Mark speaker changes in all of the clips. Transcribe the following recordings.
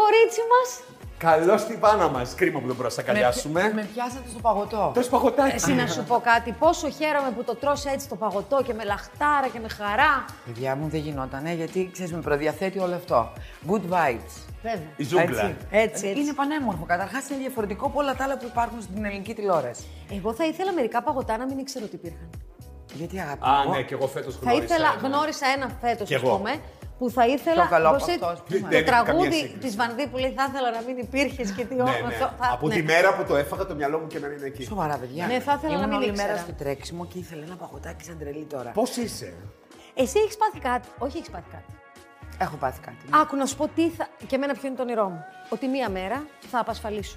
Speaker 1: Κορίτσι μας.
Speaker 2: Καλώς την πάνα μας. Κρίμα που δεν μπορούμε να σας αγκαλιάσουμε.
Speaker 3: Με πιάσατε στο παγωτό.
Speaker 2: Τόσο παγωτάκι.
Speaker 1: Εσύ να σου πω κάτι. Πόσο χαίρομαι που το τρώσε έτσι το παγωτό και με λαχτάρα και με χαρά.
Speaker 3: Παιδιά μου δεν γινότανε γιατί ξέρεις με προδιαθέτει όλο αυτό. Good vibes.
Speaker 1: Βέβαια.
Speaker 2: Η ζούγκλα. Ε,
Speaker 3: Έτσι.
Speaker 1: Έτσι, έτσι.
Speaker 3: Είναι πανέμορφο. Καταρχάς είναι διαφορετικό από όλα τα άλλα που υπάρχουν στην ελληνική τηλεόραση.
Speaker 1: Εγώ θα ήθελα μερικά παγωτά να μην ήξερα ότι υπήρχαν.
Speaker 3: Γιατί αγαπητό.
Speaker 2: Α, ναι, και εγώ φέτος
Speaker 1: Θα
Speaker 2: γνώρισα.
Speaker 1: ήθελα,
Speaker 2: ένα.
Speaker 1: γνώρισα ένα φέτος,
Speaker 2: Κι
Speaker 1: ας
Speaker 2: εγώ.
Speaker 1: πούμε, που θα ήθελα.
Speaker 3: Πιο καλό από
Speaker 1: Προσέ-
Speaker 3: αυτός που
Speaker 2: Δεν
Speaker 1: Το
Speaker 2: έκανε καμία
Speaker 1: τραγούδι
Speaker 2: σύγκριση.
Speaker 1: της Βανδί που λέει Θα ήθελα να μην υπήρχες και τι
Speaker 2: Ναι,
Speaker 1: όμορφο.
Speaker 2: ναι.
Speaker 1: θα-
Speaker 2: Από
Speaker 1: ναι.
Speaker 2: τη μέρα που το έφαγα το μυαλό μου και εμένα είναι εκεί.
Speaker 3: Σοβαρά, παιδιά.
Speaker 1: Ναι, θα ήθελα να
Speaker 3: Ήμουν
Speaker 1: μην
Speaker 3: όλη
Speaker 1: ήξερα.
Speaker 3: μέρα στο τρέξιμο και ήθελα ένα παγωτάκι σαν τρελή τώρα.
Speaker 2: Πώς είσαι.
Speaker 1: Εσύ έχεις πάθει κάτι. Όχι, έχεις πάθει κάτι.
Speaker 3: Έχω πάθει κάτι.
Speaker 1: Άκου να σου πω τι θα. Και εμένα ποιο είναι το όνειρό μου. Ότι μία μέρα θα απασφαλίσω.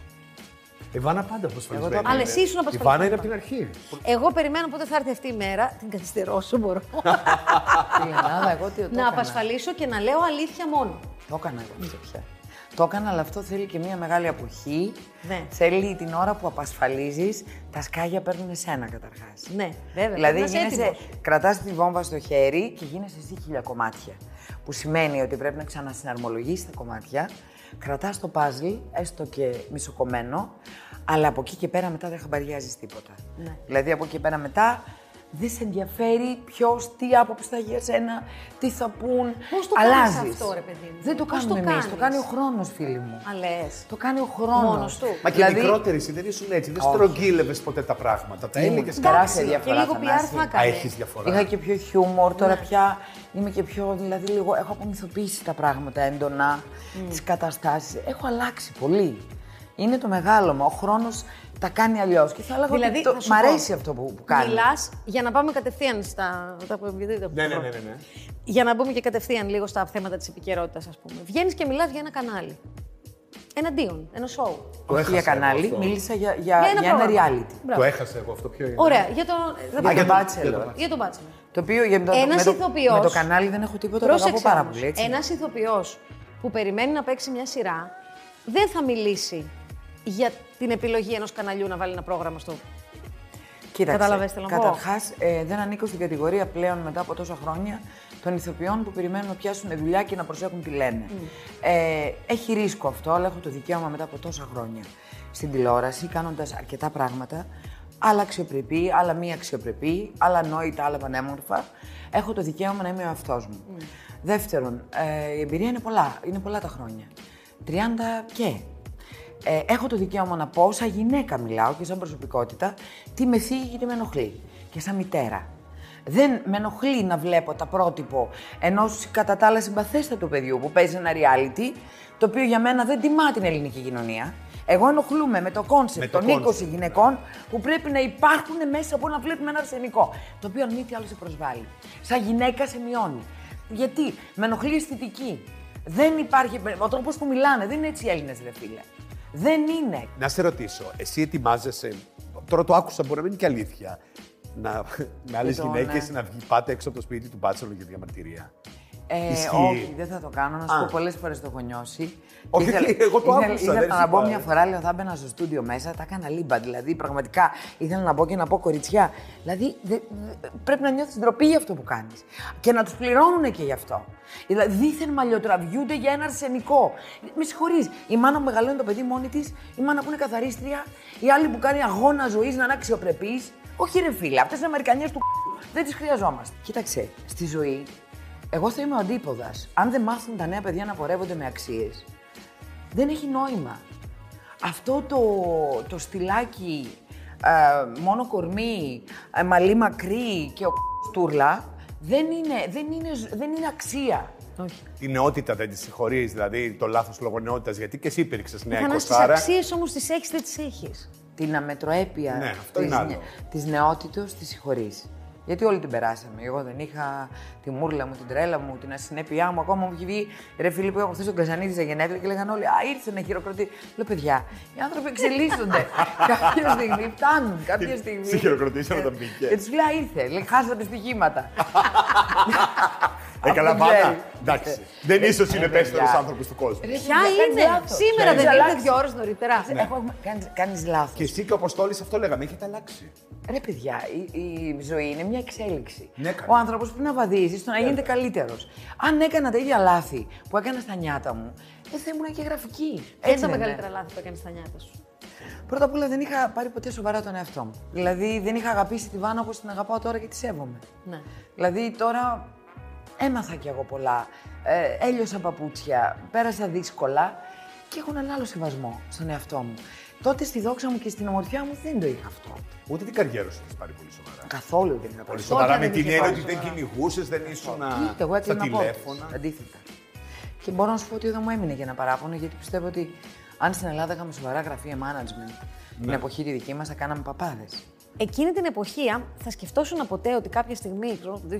Speaker 2: Η Βάνα πάντα απασφαλισμένη.
Speaker 1: Αλλά εσύ ήσουν
Speaker 2: Η
Speaker 1: απασφαλισμένη.
Speaker 2: Βάνα είναι από την αρχή.
Speaker 1: Εγώ περιμένω πότε θα έρθει αυτή η μέρα. Την καθυστερώ όσο μπορώ.
Speaker 3: Στην Ελλάδα, εγώ τι το
Speaker 1: να
Speaker 3: έκανα.
Speaker 1: απασφαλίσω και να λέω αλήθεια μόνο.
Speaker 3: Το έκανα εγώ αυτό πια. Το έκανα, αλλά αυτό θέλει και μια μεγάλη αποχή.
Speaker 1: Ναι.
Speaker 3: Θέλει την ώρα που απασφαλίζεις, τα σκάγια παίρνουν εσένα καταρχάς.
Speaker 1: Ναι, βέβαια, πρέπει να
Speaker 3: Δηλαδή,
Speaker 1: είσαι
Speaker 3: γίνεσαι,
Speaker 1: έτοιμος.
Speaker 3: κρατάς τη βόμβα στο χέρι και γίνεσαι εσύ χίλια κομμάτια. Που σημαίνει ότι πρέπει να ξανασυναρμολογείς τα κομμάτια, κρατάς το παζλ, έστω και μισοκομμένο, αλλά από εκεί και πέρα μετά δεν χαμπαριάζεις τίποτα.
Speaker 1: Ναι.
Speaker 3: Δηλαδή, από εκεί και πέρα μετά δεν σε ενδιαφέρει ποιος, τι άποψη θα έχει για σένα, τι θα πούν.
Speaker 1: Πώς το
Speaker 3: Αλλάζεις.
Speaker 1: κάνεις αυτό, ρε παιδί μου?
Speaker 3: Δεν το
Speaker 1: Πώς
Speaker 3: κάνουμε
Speaker 1: το
Speaker 3: εμείς. Το
Speaker 1: κάνεις?
Speaker 3: κάνει ο χρόνος, φίλοι μου.
Speaker 1: Αλέ.
Speaker 3: Το κάνει ο Δηλαδή, χρόνος.
Speaker 1: Μόνος του.
Speaker 2: Μα και μικρότερη εσύ δεν ήσουν έτσι. Δεν
Speaker 3: Όχι.
Speaker 2: στρογγύλευες ποτέ τα πράγματα. Τα έλεγε
Speaker 3: Εντάξει,
Speaker 2: καλά.
Speaker 3: σε
Speaker 1: Και
Speaker 3: διαφορά,
Speaker 1: λίγο PR
Speaker 3: Θανάση.
Speaker 1: θα
Speaker 2: Α,
Speaker 1: έκανε.
Speaker 2: έχεις διαφορά.
Speaker 3: Είχα και πιο χιούμορ,
Speaker 1: Ναι.
Speaker 3: τώρα πια είμαι και πιο, δηλαδή λίγο, έχω απομυθοποιήσει τα πράγματα έντονα, τις καταστάσεις, έχω αλλάξει πολύ. Είναι το μεγάλο μου, ο χρόνος τα κάνει αλλιώς και θα έλεγα
Speaker 1: Δηλαδή,
Speaker 3: ότι
Speaker 1: θα
Speaker 3: το,
Speaker 1: σου
Speaker 3: μ'
Speaker 1: πω,
Speaker 3: αρέσει αυτό που, που κάνω.
Speaker 1: Μιλάς για να πάμε κατευθείαν στα. τα που- γιατί τα
Speaker 2: Ναι, ναι,
Speaker 1: έχω
Speaker 2: ναι, ναι,
Speaker 1: πρόβλημα.
Speaker 2: ναι.
Speaker 1: Για να μπούμε και κατευθείαν λίγο στα θέματα της επικαιρότητας, ας πούμε. Βγαίνεις και μιλάς για ένα κανάλι. Εναντίον, ένα show.
Speaker 2: Το
Speaker 3: Όχι για
Speaker 2: έχασα εγώ
Speaker 3: κανάλι,
Speaker 2: αυτό.
Speaker 3: μίλησα για, για, για, ένα
Speaker 1: πρόγραμμα.
Speaker 3: reality.
Speaker 1: Μπράβο.
Speaker 2: Το έχασα εγώ αυτό. Ποιο είναι.
Speaker 1: Ωραία, για τον. θα
Speaker 3: Για
Speaker 1: πάμε.
Speaker 3: τον
Speaker 2: για το- για το
Speaker 3: Bachelor.
Speaker 2: Bachelor.
Speaker 1: Για τον Μπάτσελο.
Speaker 3: Το οποίο για με το,
Speaker 1: Ένας
Speaker 3: με, το,
Speaker 1: ηθοποιός-
Speaker 3: με το κανάλι δεν έχω τίποτα, το αγαπώ πάρα πολύ. Έτσι. ναι.
Speaker 1: Ένας ηθοποιός που περιμένει να παίξει μια σειρά δεν θα μιλήσει για την επιλογή ενός καναλιού να βάλει ένα πρόγραμμα στο.
Speaker 3: Κοίταξε,
Speaker 1: Κατάλαβες τι θέλω να πω.
Speaker 3: Καταρχάς, ε, δεν ανήκω στην κατηγορία πλέον μετά από τόσα χρόνια των ηθοποιών που περιμένουν να πιάσουν δουλειά και να προσέχουν τι λένε.
Speaker 1: Mm.
Speaker 3: Ε, έχει ρίσκο αυτό, αλλά έχω το δικαίωμα μετά από τόσα χρόνια στην τηλεόραση, κάνοντας αρκετά πράγματα. Άλλα αξιοπρεπή, άλλα μη αξιοπρεπή, άλλα νόητα, άλλα πανέμορφα. Έχω το δικαίωμα να είμαι ο εαυτός μου.
Speaker 1: Mm.
Speaker 3: Δεύτερον, ε, η εμπειρία είναι πολλά, είναι πολλά τα χρόνια. 30 και. Ε, έχω το δικαίωμα να πω, σαν γυναίκα μιλάω και σαν προσωπικότητα, τι με θίγει και τι με ενοχλεί. Και σαν μητέρα. Δεν με ενοχλεί να βλέπω τα πρότυπο ενός κατά τα άλλα συμπαθέστατου παιδιού που παίζει ένα reality, το οποίο για μένα δεν τιμά την ελληνική κοινωνία. Εγώ ενοχλούμαι με το
Speaker 2: Με
Speaker 3: κόνσεπτ
Speaker 2: το
Speaker 3: των
Speaker 2: concept,
Speaker 3: 20 γυναικών που πρέπει να υπάρχουν μέσα από να βλέπουμε ένα αρσενικό. Το οποίο αν μη τι άλλο σε προσβάλλει. Σαν γυναίκα σε μειώνει. Γιατί με ενοχλεί η αισθητική. Δεν υπάρχει. Ο τρόπος που μιλάνε δεν είναι έτσι οι Έλληνες, ρε φίλε. Δεν είναι.
Speaker 2: Να σε ρωτήσω, εσύ ετοιμάζεσαι. Τώρα το άκουσα, μπορεί να μην είναι και αλήθεια. Να, με άλλες
Speaker 3: το, ναι.
Speaker 2: γυναίκες να βγει, πάτε έξω από το σπίτι του Μπάτσελο για διαμαρτυρία.
Speaker 3: Ε,
Speaker 2: Ισχύει.
Speaker 3: όχι, δεν θα το κάνω. Να σου
Speaker 2: Α.
Speaker 3: πω πολλές φορές το έχω νιώσει.
Speaker 2: Όχι, εγώ το άκουσα,
Speaker 3: Ήθελα,
Speaker 2: δεν
Speaker 3: ήθελα να μπω
Speaker 2: είπα.
Speaker 3: μια φορά, λέω, θα μπαίνα στο στούντιο μέσα, τα έκανα λίμπα. Δηλαδή, πραγματικά ήθελα να μπω και να πω κοριτσιά. Δηλαδή, δε- δε- πρέπει να νιώθεις ντροπή για αυτό που κάνεις. Και να τους πληρώνουν και γι' αυτό. Δηλαδή, δίθεν μαλλιοτραβιούνται για ένα αρσενικό. Με συγχωρείς. Η μάνα που μεγαλώνει το παιδί μόνη της, η μάνα που είναι καθαρίστρια, η άλλη που κάνει αγώνα ζωής να είναι αξιοπρεπής. Όχι, ρε φίλε, αυτές είναι Αμερικανιές του δεν τις χρειαζόμαστε. Κοίταξε, στη ζωή εγώ θα είμαι ο αντίποδας. Αν δεν μάθουν τα νέα παιδιά να πορεύονται με αξίες, δεν έχει νόημα. Αυτό το, το στυλάκι, ε, μόνο κορμί, ε, μαλλί μακρύ και ο τουρλα, δεν είναι, δεν, είναι, ζ- δεν είναι αξία.
Speaker 1: Όχι.
Speaker 2: Τη νεότητα δεν τη συγχωρείς, δηλαδή το λάθος λόγω νεότητα, γιατί και εσύ υπήρξες νέα
Speaker 1: Θα να τι
Speaker 2: εικοσάρα.
Speaker 1: αξίες όμως τις έχεις, δεν τις έχεις.
Speaker 3: Την αμετροέπεια
Speaker 2: Ναι, αυτό
Speaker 3: της,
Speaker 2: είναι άλλο.
Speaker 3: νε- της νεότητος τη συγχωρείς. Γιατί όλοι την περάσαμε. Εγώ δεν είχα τη μούρλα μου, την τρέλα μου, την ασυνέπειά μου. Ακόμα μου έχει βγει ρε φίλοι που έχω χθε τον Καζανίδη σε γενέθλια και λέγανε όλοι Α, ήρθε να χειροκροτεί. Λέω παιδιά, οι άνθρωποι εξελίσσονται. κάποια στιγμή φτάνουν, κάποια στιγμή.
Speaker 2: σε χειροκροτήσανε όταν μπήκε.
Speaker 3: Και τους λέει «Α, ήρθε. Λέει, χάσατε στοιχήματα.
Speaker 2: Ε, καλά,
Speaker 3: Αυτό
Speaker 2: Βάνα.
Speaker 3: ξέρει.
Speaker 2: Εντάξει. Δεν ίσω είναι πέστερο
Speaker 3: παιδιά.
Speaker 2: άνθρωπος του κόσμου.
Speaker 1: Ποια
Speaker 3: ναι.
Speaker 1: είναι, σήμερα δεν ήρθε δύο ώρες νωρίτερα.
Speaker 2: Ναι.
Speaker 1: Ε,
Speaker 3: Κάνει λάθος.
Speaker 2: Και εσύ και ο Αποστόλης αυτό λέγαμε, έχετε αλλάξει.
Speaker 3: Ρε παιδιά, η, η ζωή είναι μια εξέλιξη.
Speaker 2: Ναι, καλά.
Speaker 3: Ο άνθρωπος πρέπει να βαδίζει στο να γίνεται καλύτερος. Αν έκανα τα ίδια λάθη που έκανα στα νιάτα μου, Ε, θα ήμουν και γραφική.
Speaker 1: Ποια
Speaker 3: Έτσι
Speaker 1: είναι τα
Speaker 3: δεν είναι.
Speaker 2: ναι.
Speaker 1: μεγαλύτερα λάθη που έκανες στα νιάτα σου.
Speaker 3: Πρώτα απ' όλα δεν είχα πάρει ποτέ σοβαρά τον εαυτό μου. Δηλαδή δεν είχα αγαπήσει τη Βάνα όπως την αγαπάω τώρα και τη σέβομαι.
Speaker 1: Ναι.
Speaker 3: Δηλαδή τώρα έμαθα κι εγώ πολλά. Ε, έλειωσα παπούτσια, πέρασα δύσκολα και έχω έναν άλλο σεβασμό στον εαυτό μου. Τότε στη δόξα μου και στην ομορφιά μου δεν το είχα αυτό.
Speaker 2: Ούτε την καριέρα σου έχεις πάρει πολύ σοβαρά.
Speaker 3: Καθόλου δεν είχα πάρει.
Speaker 2: Πολύ σοβαρά με
Speaker 1: δεν
Speaker 2: την
Speaker 1: είχε
Speaker 2: έννοια
Speaker 1: πάρει
Speaker 2: ότι δεν κυνηγούσες, δεν ήσουν
Speaker 3: Κοίτα, εγώ έτσι
Speaker 2: στα
Speaker 3: να
Speaker 2: τηλέφωνα.
Speaker 3: Αντίθετα. Και μπορώ να σου πω ότι εδώ μου έμεινε για ένα παράπονο, γιατί πιστεύω ότι αν στην Ελλάδα είχαμε σοβαρά γραφεία management
Speaker 2: Ναι.
Speaker 3: την εποχή τη δική μας, θα κάναμε παπάδες.
Speaker 1: Εκείνη την εποχή, αν θα σκεφτόσουν ποτέ ότι κάποια στιγμή, ξέρω, το 2020,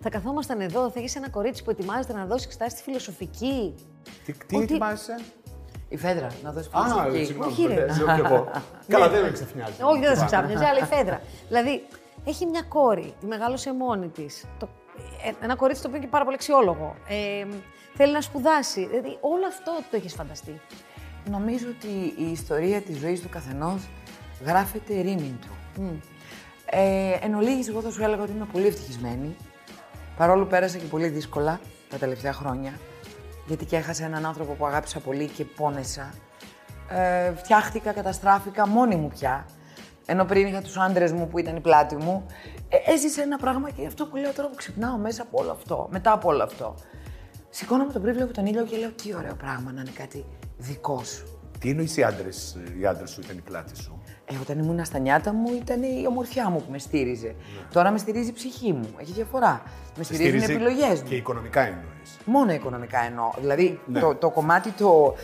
Speaker 1: θα καθόμασταν εδώ, θα είσαι ένα κορίτσι που ετοιμάζεται να δώσει εξετάσει στη φιλοσοφική.
Speaker 2: Τι, τι
Speaker 1: Ότι-
Speaker 2: ετοιμάζεσαι.
Speaker 3: Η Φέδρα, να δώσει
Speaker 2: Α,
Speaker 3: φιλοσοφική.
Speaker 2: συγγνώμη,
Speaker 1: Όχι, ρε.
Speaker 2: δεν ξέρω κι εγώ. Καλά,
Speaker 3: Ναι.
Speaker 2: δεν με ξαφνιάζει.
Speaker 1: Όχι, δεν σα ξάπνιαζε, αλλά η φέδρα. δηλαδή, έχει μια κόρη, τη μεγάλωσε μόνη της. ε, Ένα κορίτσι το οποίο είναι και πάρα πολύ αξιόλογο. Ε, θέλει να σπουδάσει. Δηλαδή, όλο αυτό το έχεις φανταστεί.
Speaker 3: Νομίζω ότι η ιστορία της ζωής του καθενός γράφεται ρήμην του. Ε, εν ολίγης, εγώ θα σου έλεγα ότι είμαι πολύ ευτυχισμένη. Παρόλο που πέρασα και πολύ δύσκολα τα τελευταία χρόνια, γιατί και έχασα έναν άνθρωπο που αγάπησα πολύ και πόνεσα. Ε, φτιάχτηκα, καταστράφηκα μόνη μου πια. Ενώ πριν είχα τους άντρες μου που ήταν η πλάτη μου. Ε, έζησα ένα πράγμα και αυτό που λέω τώρα που ξυπνάω μέσα από όλο αυτό, μετά από όλο αυτό. Σηκώνω με τον πρίβλο από τον ήλιο και λέω τι ωραίο πράγμα να είναι κάτι δικό σου.
Speaker 2: Τι εννοείς οι άντρες, οι άντρες σου ήταν οι πλάτη σου.
Speaker 3: Ε, όταν ήμουν στα νιάτα μου ήταν η ομορφιά μου που με στήριζε. Τώρα με στηρίζει η ψυχή μου. Έχει διαφορά. Με
Speaker 2: Ναι. Σε
Speaker 3: στηρίζουν οι
Speaker 2: στήριζε
Speaker 3: επιλογές μου.
Speaker 2: Και Ναι. οικονομικά εννοείς.
Speaker 3: Μόνο οικονομικά εννοώ. Δηλαδή το, το κομμάτι το,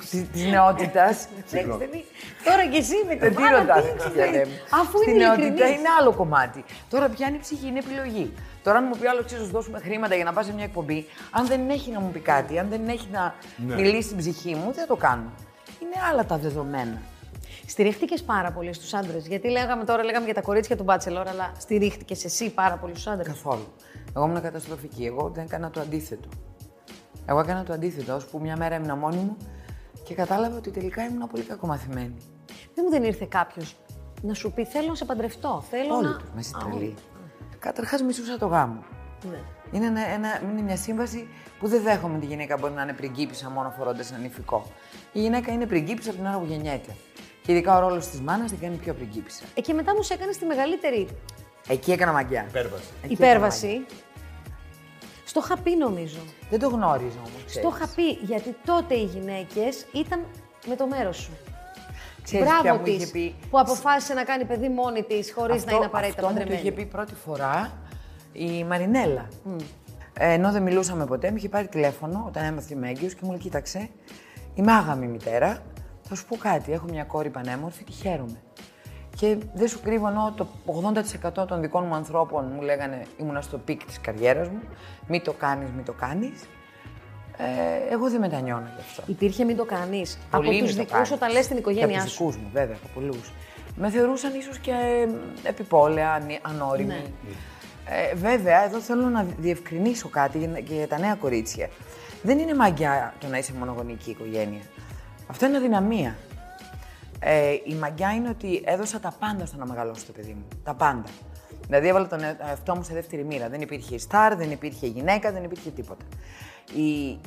Speaker 3: της, της νεότητας
Speaker 1: Εντάξει, δεν είναι- Τώρα και εσύ με
Speaker 3: δεν
Speaker 1: την
Speaker 3: τη
Speaker 1: Άννα,
Speaker 3: ρωτάς,
Speaker 1: τι έχεις
Speaker 3: Χριστιανέ
Speaker 1: δει.
Speaker 3: μου.
Speaker 1: Αφού
Speaker 3: Στη
Speaker 1: είναι
Speaker 3: νεότητα
Speaker 1: ειλικρινή.
Speaker 3: είναι άλλο κομμάτι. Τώρα πιάνει η ψυχή, είναι επιλογή. Τώρα, αν μου πει άλλο, ξέρεις, σου δώσουμε χρήματα για να πας σε μια εκπομπή, αν δεν έχει να μου πει κάτι, αν δεν έχει να
Speaker 2: Ναι.
Speaker 3: μιλήσει την ψυχή μου, δεν το κάνω. Είναι άλλα τα δεδομένα.
Speaker 1: Στηρίχτηκες πάρα πολύ στους άντρες. Γιατί λέγαμε τώρα λέγαμε για τα κορίτσια του Μπάτσελορ, αλλά στηρίχτηκες εσύ πάρα πολύ στους άντρες.
Speaker 3: Καθόλου. Εγώ ήμουν καταστροφική. Εγώ δεν έκανα το αντίθετο. Εγώ έκανα το αντίθετο, ώσπου που μια μέρα ήμουν μόνη μου και κατάλαβα ότι τελικά ήμουν πολύ κακομαθημένη.
Speaker 1: Δεν μου δεν ήρθε κάποιος να σου πει: Θέλω να σε παντρευτώ. Θέλω
Speaker 3: Όλοι
Speaker 1: να.
Speaker 3: τους, με είσαι
Speaker 1: Α,
Speaker 3: τρελή.
Speaker 1: όλοι.
Speaker 3: Καταρχάς, μισούσα το γάμο.
Speaker 1: Ναι.
Speaker 3: Είναι, ένα, ένα- είναι μια σύμβαση που δεν δέχομαι τη γυναίκα μπορεί να είναι πριγκίπισσα μόνο φορώντας ένα νηφικό. Η γυναίκα είναι πριγκίπισσα από την ώρα που γεννιέται. Και ειδικά ο ρόλος της μάνας την κάνει πιο πριγκίπισσα.
Speaker 1: Ε, και μετά μου σε έκανε τη
Speaker 3: Ε,
Speaker 1: μεγαλύτερη
Speaker 3: Εκεί έκανα μαγιά.
Speaker 2: Υπέρβαση.
Speaker 3: Εκεί έκανα
Speaker 1: υπέρβαση. Στο είχα πει, νομίζω.
Speaker 3: μαγιά. Δεν το γνώριζα όμως.
Speaker 1: Στο είχα πει, γιατί τότε οι γυναίκες ήταν με το μέρος σου.
Speaker 3: Ξέρεις ποια
Speaker 1: Μπράβο
Speaker 3: μου
Speaker 1: της
Speaker 3: είχε πει?
Speaker 1: που αποφάσισε να κάνει παιδί μόνη της χωρίς να είναι απαραίτητα
Speaker 3: αυτό μου το
Speaker 1: παντρεμένη.
Speaker 3: είχε πει πρώτη φορά η Μαρινέλα. Ε, ενώ δεν μιλούσαμε ποτέ, με είχε πάρει τηλέφωνο όταν έμαθε είμαι έγκυος και μου λέει: Κοίταξε, είμαι άγαμη μητέρα. Θα σου πω κάτι. Έχω μια κόρη πανέμορφη, τη χαίρομαι. Και δεν σου κρύβω, ενώ το 80% των δικών μου ανθρώπων μου λέγανε ήμουνα στο πικ της καριέρας μου. Μη το κάνεις, μη το κάνεις. Ε, εγώ δεν μετανιώνω γι' αυτό.
Speaker 1: Υπήρχε μην το κάνεις. Από
Speaker 3: Πολλοί
Speaker 1: του
Speaker 3: με το
Speaker 1: δικούς
Speaker 3: κάνουν.
Speaker 1: όταν λε την
Speaker 3: Και
Speaker 1: οικογένειά σου.
Speaker 3: από τους δικούς μου, βέβαια, από πολλούς. Με θεωρούσαν ίσως και ε, επιπόλαια, ανή- ανώριμη.
Speaker 1: Ναι.
Speaker 3: Ε, βέβαια, εδώ θέλω να διευκρινίσω κάτι για- και για τα νέα κορίτσια. Δεν είναι μαγιά το να είσαι μονογονική οικογένεια. Αυτό είναι αδυναμία. Ε, η μαγιά είναι ότι έδωσα τα πάντα στο να μεγαλώσω το παιδί μου. Τα πάντα. Δηλαδή έβαλα τον εαυτό μου σε δεύτερη μοίρα. Δεν υπήρχε στάρ, δεν υπήρχε γυναίκα, δεν υπήρχε τίποτα. Η,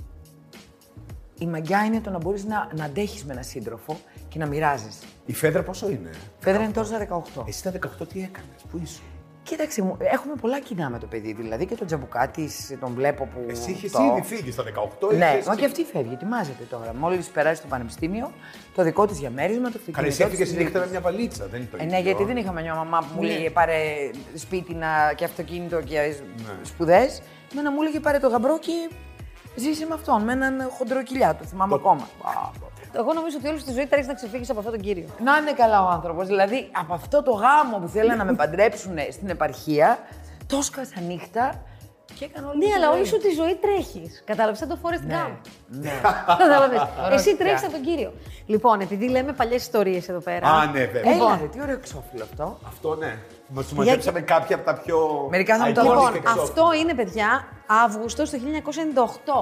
Speaker 3: η μαγιά είναι το να μπορείς να, να αντέχεις με έναν σύντροφο και να μοιράζεσαι.
Speaker 2: Η Φέδρα πόσο είναι.
Speaker 3: Φέδρα είναι τώρα στα 18.
Speaker 2: Εσύ τα 18 τι έκανες, πού ήσουν.
Speaker 3: Κοίταξε μου, έχουμε πολλά κοινά με το παιδί. Δηλαδή και τον τζαμπουκά τη, τον βλέπω που.
Speaker 2: Εσύ είχε
Speaker 3: το-
Speaker 2: ήδη φύγει στα 18.
Speaker 3: Ναι,
Speaker 2: είχες-
Speaker 3: μα και αυτή φεύγει, ετοιμάζεται τώρα. Μόλις περάσει το πανεπιστήμιο, το δικό της διαμέρισμα, το
Speaker 2: Καλά,
Speaker 3: αυτοκίνητο.
Speaker 2: εσύ έφυγε
Speaker 3: της
Speaker 2: στη νύχτα με
Speaker 3: δίκης.
Speaker 2: μια βαλίτσα, δεν είναι το
Speaker 3: Ε,
Speaker 2: ίδιο.
Speaker 3: ναι, γιατί δεν είχαμε μια μαμά που μου
Speaker 1: Ναι.
Speaker 3: λέγε πάρε σπίτι να... και αυτοκίνητο και
Speaker 2: Ναι.
Speaker 3: σπουδές. Μένα μου έλεγε πάρε το γαμπρό και ζήσε με αυτόν, με έναν χοντρό κοιλιά, το θυμάμαι ακόμα.
Speaker 1: Εγώ νομίζω ότι όλη σου τη ζωή τρέχει να ξεφύγεις από αυτόν τον κύριο.
Speaker 3: Να είναι καλά ο άνθρωπος. Δηλαδή, από αυτό το γάμο που θέλανε να με παντρέψουν στην επαρχία, το σκάσα νύχτα και έκανα όλη
Speaker 1: Ναι,
Speaker 3: τη
Speaker 1: αλλά
Speaker 3: ζωή.
Speaker 1: όλη σου τη ζωή τρέχεις. Κατάλαβες, σαν το Forrest Gump.
Speaker 3: Ναι.
Speaker 1: Κατάλαβε. Εσύ
Speaker 3: Ωραία.
Speaker 1: τρέχει από τον κύριο. Λοιπόν, επειδή λέμε παλιές ιστορίες εδώ πέρα.
Speaker 2: Α, ναι, βέβαια.
Speaker 3: Έλα,
Speaker 1: Λοιπόν.
Speaker 3: ρε, τι ωραίο εξώφυλλο αυτό.
Speaker 2: Αυτό ναι. Μας σου μαζέψαμε κάποια από τα πιο.
Speaker 3: Μερικά θα μου τα
Speaker 2: iconic
Speaker 3: δώσεις.
Speaker 1: Λοιπόν,
Speaker 2: εξώφυλλα.
Speaker 1: αυτό είναι, παιδιά, Αύγουστος του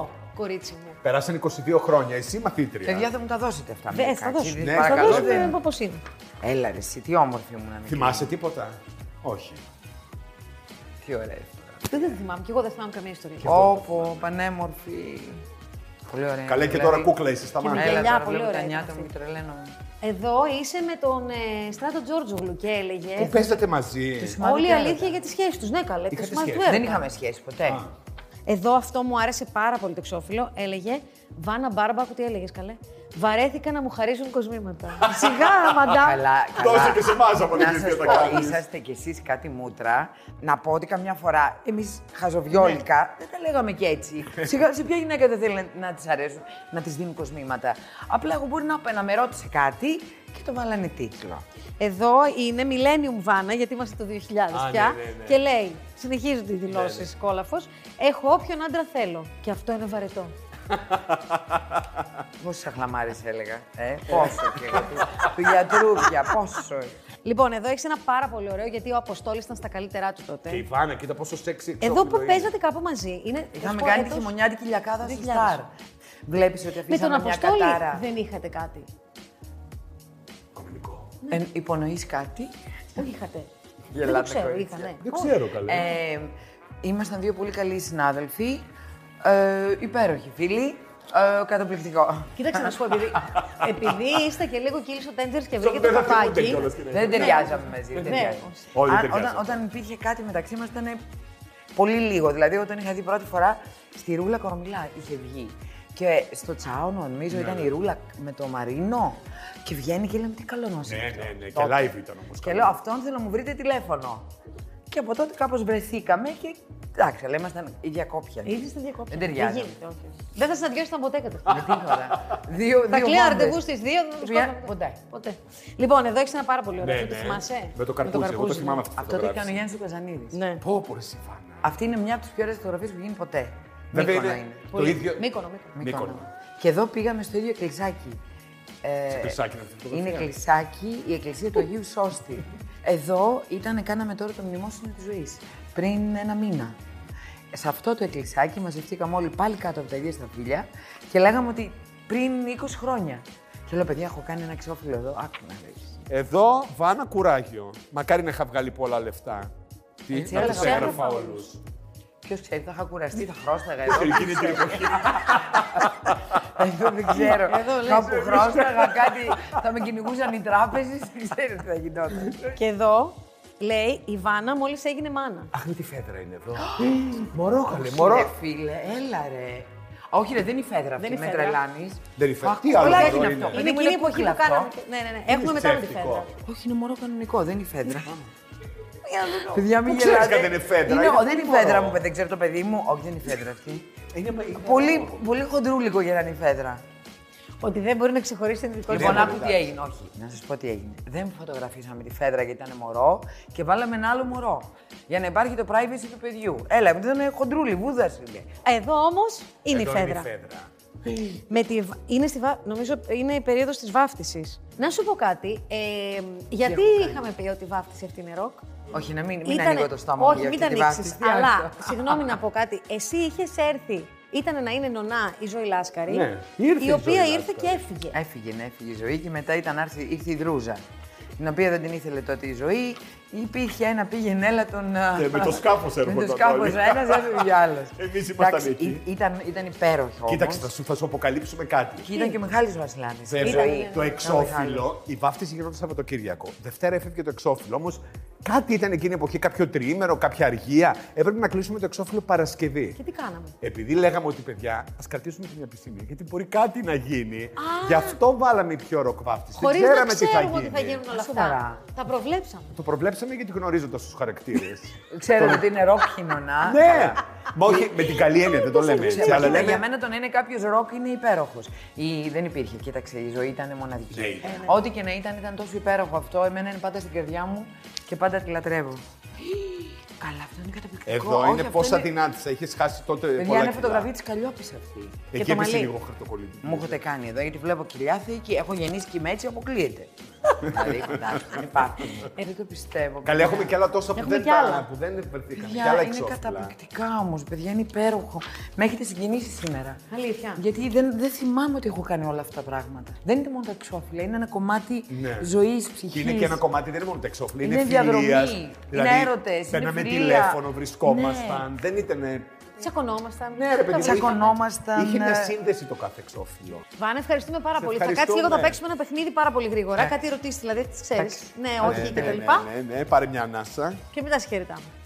Speaker 1: 1998, κορίτσι μου.
Speaker 2: Περάσαν 22 χρόνια, εσύ μαθήτρια.
Speaker 3: Παιδιά, θα μου τα δώσετε αυτά.
Speaker 1: Δε,
Speaker 3: μερικά,
Speaker 1: θα
Speaker 3: έτσι,
Speaker 1: δώσουμε.
Speaker 3: δεν-
Speaker 2: ναι,
Speaker 1: θα
Speaker 3: παρακαλώ,
Speaker 1: δώσουμε
Speaker 3: δεν-
Speaker 1: να πω πώς είναι.
Speaker 3: Έλα, ρε, εσύ, τι όμορφη ήμουν. μικρή.
Speaker 2: Θυμάσαι τίποτα. Όχι.
Speaker 3: Ε, Τι ωραία.
Speaker 1: Δεν, δεν θυμάμαι, και εγώ δεν θυμάμαι καμία ιστορία.
Speaker 3: Όπω, πανέμορφη. Πολύ ωραία. δηλαδή.
Speaker 2: Καλέ και τώρα κούκλα είσαι στα
Speaker 1: Και
Speaker 2: μάτια.
Speaker 1: με γυαλιά,
Speaker 3: Έλα,
Speaker 1: πολύ
Speaker 3: πολύ
Speaker 1: ωραία Ναι.
Speaker 3: ωραία.
Speaker 1: ήταν
Speaker 3: Έλα,
Speaker 1: αυτή.
Speaker 3: μου και τρελαίνομαι.
Speaker 1: Εδώ είσαι με τον ε, Στράτο Τζόρτζογλου και έλεγες.
Speaker 2: Που παίζατε μαζί.
Speaker 3: μ' άρεσε
Speaker 1: Όλη η
Speaker 3: και
Speaker 1: αλήθεια
Speaker 3: έρωτα.
Speaker 1: για τη σχέση τους. Ναι, καλέ.
Speaker 2: Είχατε
Speaker 1: το smart
Speaker 2: σχέση.
Speaker 1: τους έρωτα.
Speaker 3: Δεν είχαμε σχέση ποτέ.
Speaker 1: Εδώ αυτό μου άρεσε πάρα πολύ το εξώφυλλο. Έλεγε Βάνα Μπάρμπα, ακού τι έλεγες καλέ. Βαρέθηκα να μου χαρίζουν κοσμήματα. Σιγά, μαντάμ.
Speaker 3: Καλά,
Speaker 2: Δώσε
Speaker 3: καλά.
Speaker 2: και σε εμάς από την
Speaker 3: Να
Speaker 2: ίδια
Speaker 3: σας
Speaker 2: τα
Speaker 3: πω,
Speaker 2: κάνεις.
Speaker 3: είσαστε κι εσείς κάτι μούτρα. Να πω ότι καμιά φορά εμείς χαζοβιόλικα
Speaker 1: Ναι.
Speaker 3: δεν τα λέγαμε και έτσι. Σιγά, σε ποια γυναίκα δεν θέλει να- να της αρέσουν, να της δίνουν κοσμήματα. Απλά εγώ μπορεί να, να με ρώτησε κάτι και το βάλανε τίτλο.
Speaker 1: Εδώ είναι Millennium Βάνα, γιατί είμαστε το 2000
Speaker 2: Α,
Speaker 1: πια.
Speaker 2: ναι, ναι, ναι.
Speaker 1: Και λέει, συνεχίζονται οι δηλώσει κόλαφος, Έχω όποιον άντρα θέλω. Και αυτό είναι βαρετό.
Speaker 3: Πόσες αχλαμάρες έλεγα. Ε, πόσο και εγώ. Του γιατρού πια, πόσο.
Speaker 1: Λοιπόν, εδώ έχεις ένα πάρα πολύ ωραίο, γιατί ο Αποστόλης ήταν στα καλύτερά του τότε.
Speaker 2: Και η Βάνα, κοίτα πόσο σεξι εξώφυλλο
Speaker 1: Εδώ που
Speaker 2: είναι.
Speaker 1: παίζατε κάπου μαζί. Είναι
Speaker 3: Είχαμε
Speaker 1: αυτό
Speaker 3: κάνει τη
Speaker 1: έτος.
Speaker 3: χειμωνιάτικη λιακάδα στο
Speaker 1: 2000.
Speaker 3: Σταρ. Βλέπεις ότι
Speaker 1: Με τον
Speaker 3: αφήσαμε μια
Speaker 1: Αποστόλη
Speaker 3: κατάρα.
Speaker 1: δεν είχατε κάτι.
Speaker 2: Κομμουνικό.
Speaker 3: Ε, Υπονοείς κάτι.
Speaker 1: Όχι είχατε. Δεν το
Speaker 3: Γελάτε,
Speaker 1: ξέρω,
Speaker 3: κορίτσια.
Speaker 1: είχανε.
Speaker 2: Δεν
Speaker 1: Όχι.
Speaker 2: ξέρω καλέ.
Speaker 3: Ε, ήμασταν δύο πολύ καλοί συνάδελφοι. Ε, υπέροχοι φίλοι. Ε, καταπληκτικό.
Speaker 1: Κοίταξε να σου πω, επειδή, επειδή είστε και λίγο κύλισο τέντζερ και
Speaker 2: Ξέρω,
Speaker 1: βρήκε το
Speaker 2: δεν θα θυμούνται
Speaker 1: καφάκι.
Speaker 2: κιόλας, κυρία.
Speaker 3: Δεν ταιριάζαμε μαζί. δεν
Speaker 1: Ναι,
Speaker 3: ταιριάζαμε.
Speaker 1: όχι.
Speaker 2: Όχι, δεν
Speaker 3: Αν-
Speaker 2: ταιριάζαμε.
Speaker 3: όταν, όταν υπήρχε κάτι μεταξύ μας ήταν πολύ λίγο. Δηλαδή, όταν είχα δει πρώτη φορά στη Ρούλα Κορομιλά είχε βγει. Και στο Τσάονο,
Speaker 2: Ναι,
Speaker 3: νομίζω, ήταν η Ρούλα με το Μαρίνο. Και βγαίνει και λέμε τι καλό να
Speaker 2: Ναι, ναι, ναι. Και live ήταν όμως.
Speaker 3: Και λέω, αυτόν θέλω να μου βρείτε τηλέφωνο. Και από τότε κάπως βρεθήκαμε και. Εντάξει, αλλά ήμασταν ίδια κόπια.
Speaker 1: Ήδη στην διακόπτη.
Speaker 3: Δεν ταιριάζει.
Speaker 1: γίνεται, όχι. Δεν θα συναντιώσετε ποτέ
Speaker 3: Με
Speaker 1: κατευθείαν.
Speaker 3: τίποτα. δύο,
Speaker 1: Τα
Speaker 3: δύο
Speaker 1: κλαία
Speaker 3: μόντες.
Speaker 1: ραντεβού στις 2 δεν τους
Speaker 3: Μια-
Speaker 1: κόβαμε
Speaker 3: ποτέ.
Speaker 1: ποτέ. Λοιπόν, εδώ έχεις ένα πάρα πολύ ωραίο.
Speaker 2: Ναι,
Speaker 1: αυτό Το
Speaker 2: ναι.
Speaker 1: θυμάσαι.
Speaker 2: Με το καρπούζι, εγώ το θυμάμαι αυτή τη
Speaker 3: Αυτό το έχει
Speaker 2: φωτογράφηση.
Speaker 3: κάνει ο Γιάννης Καζανίδη.
Speaker 1: Ναι.
Speaker 2: Πω, πω, εσύ, Βάνα.
Speaker 3: Αυτή είναι μια από τις πιο ωραίες φωτογραφίες που γίνει ποτέ.
Speaker 2: Βέβαια
Speaker 3: Μύκονα
Speaker 2: είναι
Speaker 3: είναι.
Speaker 2: το ίδιο.
Speaker 1: Μήκονο, μήκονο.
Speaker 3: Μύκονα.
Speaker 2: Μύκονο.
Speaker 3: Και εδώ πήγαμε στο ίδιο εκκλησάκι. Ε,
Speaker 2: Σε κλεισάκι είναι αυτή η φωτογραφία.
Speaker 3: είναι εκκλησάκι, η εκκλησία του Αγίου Σώστη. Εδώ ήταν, κάναμε τώρα το μνημόσυνο της ζωής. Πριν ένα μήνα. Σε αυτό το εκκλησάκι μαζευτήκαμε όλοι πάλι κάτω από τα ίδια σταφύλια και λέγαμε ότι πριν 20 χρόνια. Και λέω, παιδιά, έχω κάνει ένα εξώφυλλο εδώ. Άκου να δεις.
Speaker 2: Εδώ, Βάνα, κουράγιο. Μακάρι να είχα βγάλει πολλά λεφτά. Τι,
Speaker 3: Έτσι
Speaker 2: να
Speaker 3: έλεγα,
Speaker 2: τους
Speaker 3: τους
Speaker 2: έγραφα
Speaker 1: έγραφα
Speaker 2: όλους.
Speaker 3: Ποιος ξέρει, θα είχα κουραστεί, θα χρώσταγα εδώ.
Speaker 2: Εκείνη την εποχή.
Speaker 3: Εδώ δεν ξέρω.
Speaker 1: Εδώ λες.
Speaker 3: Κάπου χρώσταγα, κάτι. Θα με κυνηγούσαν οι τράπεζες. Ξέρει τι θα γινόταν.
Speaker 1: Και εδώ λέει η Βάνα μόλις έγινε μάνα.
Speaker 2: Αχ, με τη φέδρα είναι εδώ. Μωρό, καλέ,
Speaker 3: Ρε
Speaker 2: μωρό.
Speaker 3: Ε, φίλε, έλα ρε. Όχι ρε, δεν είναι η φέδρα
Speaker 1: Δεν
Speaker 3: αυτή,
Speaker 1: είναι η
Speaker 3: με
Speaker 1: φέδρα.
Speaker 3: τρελάνεις.
Speaker 2: Δεν είναι η φέδρα.
Speaker 3: Αχ,
Speaker 2: Τι άλλο
Speaker 3: κουλάκι
Speaker 2: μωρό
Speaker 3: αυτό,
Speaker 2: είναι.
Speaker 3: παιδί
Speaker 1: Είναι
Speaker 3: μου,
Speaker 1: εκείνη η εποχή
Speaker 3: κούκλα
Speaker 1: που
Speaker 3: αυτό.
Speaker 1: κάναμε. Ναι, ναι, ναι. Έχουμε μετά με τη
Speaker 2: ψεύτικο.
Speaker 1: φέδρα.
Speaker 3: Όχι, είναι μωρό κανονικό, δεν είναι η φέδρα.
Speaker 1: Για να το δω.
Speaker 3: Παιδιά, μην
Speaker 2: Πού ξέρεις
Speaker 3: γελάτε.
Speaker 2: καν δεν είναι φέδρα,
Speaker 3: Είναι-
Speaker 2: είναι
Speaker 3: ο, δεν είναι η φέδρα
Speaker 2: μωρό.
Speaker 3: μου, παιδί, δεν ξέρω το παιδί μου. Όχι, δεν είναι η φέδρα αυτή.
Speaker 2: Είναι
Speaker 3: Πολύ, πολύ χοντρούλικο για να είναι η φέδρα.
Speaker 1: Ότι δεν μπορεί να ξεχωρίσει την ειδικότητα.
Speaker 3: Λοιπόν,
Speaker 2: μπορεί,
Speaker 3: άκου τι
Speaker 2: εντάξει.
Speaker 3: έγινε. Όχι, να σας πω τι έγινε. Δεν φωτογραφίσαμε τη φέδρα γιατί ήταν μωρό και βάλαμε ένα άλλο μωρό. Για να υπάρχει το privacy του παιδιού. Έλα, επειδή ήταν χοντρούλι, βούδας είναι.
Speaker 1: Εδώ όμως είναι η
Speaker 2: Εδώ
Speaker 1: φέδρα.
Speaker 2: φέδρα.
Speaker 1: Με τη... βα- είναι στη βα... Νομίζω είναι η περίοδος της βάφτισης. Να σου πω κάτι. Ε, γιατί είχαμε πει ότι η βάφτιση αυτή είναι ροκ.
Speaker 3: Όχι, να μην, μην
Speaker 1: Ήτανε-
Speaker 3: ανοίγω το στόμα μου.
Speaker 1: Όχι,
Speaker 3: για
Speaker 1: μην τα
Speaker 3: αυτή τη
Speaker 1: ανοίξεις.
Speaker 3: βάφτιση.
Speaker 1: Αλλά
Speaker 3: Άστο.
Speaker 1: συγγνώμη να πω κάτι. Εσύ είχες έρθει. Ήταν να είναι νονά η Ζωή Λάσκαρη.
Speaker 2: Ναι, ήρθε η
Speaker 1: η οποία
Speaker 2: Ζωή
Speaker 1: ήρθε
Speaker 2: Λάσκαρη. Ε,
Speaker 1: και έφυγε.
Speaker 3: Έφυγε, ναι, έφυγε η ζωή και μετά ήταν άρθει, ήρθε η Δρούζα. Την οποία δεν την ήθελε τότε η ζωή. Υπήρχε ένα πήγαινε έλα τον. α,
Speaker 2: Και Ε, με το σκάφος
Speaker 3: Με
Speaker 2: έρχονταν
Speaker 3: το σκάφος
Speaker 2: όλοι.
Speaker 3: ένας, έφυγε άλλο.
Speaker 2: Εμείς ήμασταν εκεί.
Speaker 3: Ήταν, ήταν υπέροχο.
Speaker 2: Κοίταξε, θα
Speaker 3: όμως.
Speaker 2: σου, θα σου αποκαλύψουμε κάτι.
Speaker 3: Και ήταν και ο Μιχάλης Βασιλάνης.
Speaker 2: Βέβαια,
Speaker 1: Ήταν, ναι.
Speaker 2: το εξώφυλλο, η βάφτιση γινόταν Σαββατοκύριακο. Δευτέρα έφευγε το εξώφυλλο. Όμως κάτι ήταν εκείνη η εποχή, κάποιο τριήμερο, κάποια αργία. Έπρεπε να κλείσουμε το εξώφυλλο Παρασκευή.
Speaker 1: Και τι κάναμε.
Speaker 2: Επειδή λέγαμε ότι παιδιά, ας κρατήσουμε την επιστήμη, γιατί μπορεί κάτι να γίνει. Γι' αυτό βάλαμε η πιο ροκ βάφτιση.
Speaker 1: Χωρί
Speaker 2: Δεν
Speaker 1: να
Speaker 2: ξέραμε τι θα
Speaker 1: ξέρουμε
Speaker 2: γίνει.
Speaker 1: ότι θα γίνουν όλα αυτά.
Speaker 3: Σοβαρά.
Speaker 1: Τα προβλέψαμε.
Speaker 2: Το προβλέψαμε γιατί γνωρίζοντα του χαρακτήρε.
Speaker 3: Ξέρετε ότι είναι ροκ χειμωνά.
Speaker 2: ναι! Μα όχι με την καλή έννοια, δεν το λέμε
Speaker 3: Ξέρω,
Speaker 2: έτσι. Αλλά
Speaker 3: κοίτα, Για
Speaker 2: λέμε.
Speaker 3: μένα το να είναι κάποιος ροκ είναι υπέροχος. Η... Δεν υπήρχε, κοίταξε, η ζωή ήταν μοναδική. Ε,
Speaker 2: Ναι, ήταν.
Speaker 3: Ό,τι και να ήταν, ήταν τόσο υπέροχο αυτό. Εμένα είναι πάντα στην καρδιά μου και πάντα τη λατρεύω. Καλά, αυτό είναι καταπληκτικό.
Speaker 2: Εδώ
Speaker 3: Όχι,
Speaker 2: είναι
Speaker 3: αυτό
Speaker 2: πόσα
Speaker 3: είναι-
Speaker 2: την σε Έχει χάσει τότε.
Speaker 3: Παιδιά,
Speaker 2: πολλά
Speaker 3: είναι
Speaker 2: κιλά.
Speaker 3: φωτογραφία της Καλλιόπης αυτή.
Speaker 2: Εκεί
Speaker 1: το
Speaker 2: έπεσε
Speaker 1: μαλλί.
Speaker 2: λίγο χαρτοκολλήτης.
Speaker 3: Μου έχετε κάνει εδώ, γιατί βλέπω κυριάθηκη, έχω γεννήσει και είμαι έτσι, αποκλείεται. δηλαδή, κοιτάξτε, δεν υπάρχουν. Ε, δεν το πιστεύω.
Speaker 2: Καλά, έχουμε και άλλα τόσα που
Speaker 1: Έχουμε
Speaker 2: δεν,
Speaker 1: κι άλλα.
Speaker 2: τα, που δεν βρεθήκαμε. Και
Speaker 3: Παιδιά,
Speaker 2: άλλα
Speaker 3: είναι
Speaker 2: εξώφυλλα.
Speaker 3: καταπληκτικά όμως, παιδιά, είναι υπέροχο. Με έχετε συγκινήσει σήμερα.
Speaker 1: Αλήθεια.
Speaker 3: Γιατί δεν, δεν θυμάμαι ότι έχω κάνει όλα αυτά τα πράγματα. Δεν είναι μόνο τα εξώφυλλα, είναι ένα κομμάτι
Speaker 2: Ναι.
Speaker 3: ζωής, ψυχής.
Speaker 2: Και είναι και ένα κομμάτι, δεν είναι μόνο τα εξώφυλλα. Είναι,
Speaker 3: Είναι διαδρομή,
Speaker 2: φιλίας.
Speaker 3: είναι Ναι. έρωτες, είναι
Speaker 2: Παίρναμε
Speaker 3: φιλία.
Speaker 2: τηλέφωνο, βρισκόμασταν. Δεν ήταν
Speaker 1: Τσακωνόμασταν.
Speaker 2: Ναι, ρε παιδί μου.
Speaker 3: Τσακωνόμασταν,
Speaker 2: Είχε μια
Speaker 3: ε.
Speaker 2: σύνδεση το κάθε εξώφυλλο.
Speaker 1: Βάνα, ευχαριστούμε πάρα
Speaker 2: Σε
Speaker 1: πολύ. Θα κάτσεις λίγο,
Speaker 2: ευχαριστούμε.
Speaker 1: θα παίξουμε ένα παιχνίδι πάρα πολύ γρήγορα. Κάτι ερωτήσεις δηλαδή, τις ξέρεις.
Speaker 3: Εντάξει.
Speaker 1: Ναι, όχι
Speaker 2: Ναι,
Speaker 1: κτλ.
Speaker 2: ναι, ναι, ναι, πάρε μια ανάσα.
Speaker 1: Και μετά σε χαιρετάμε.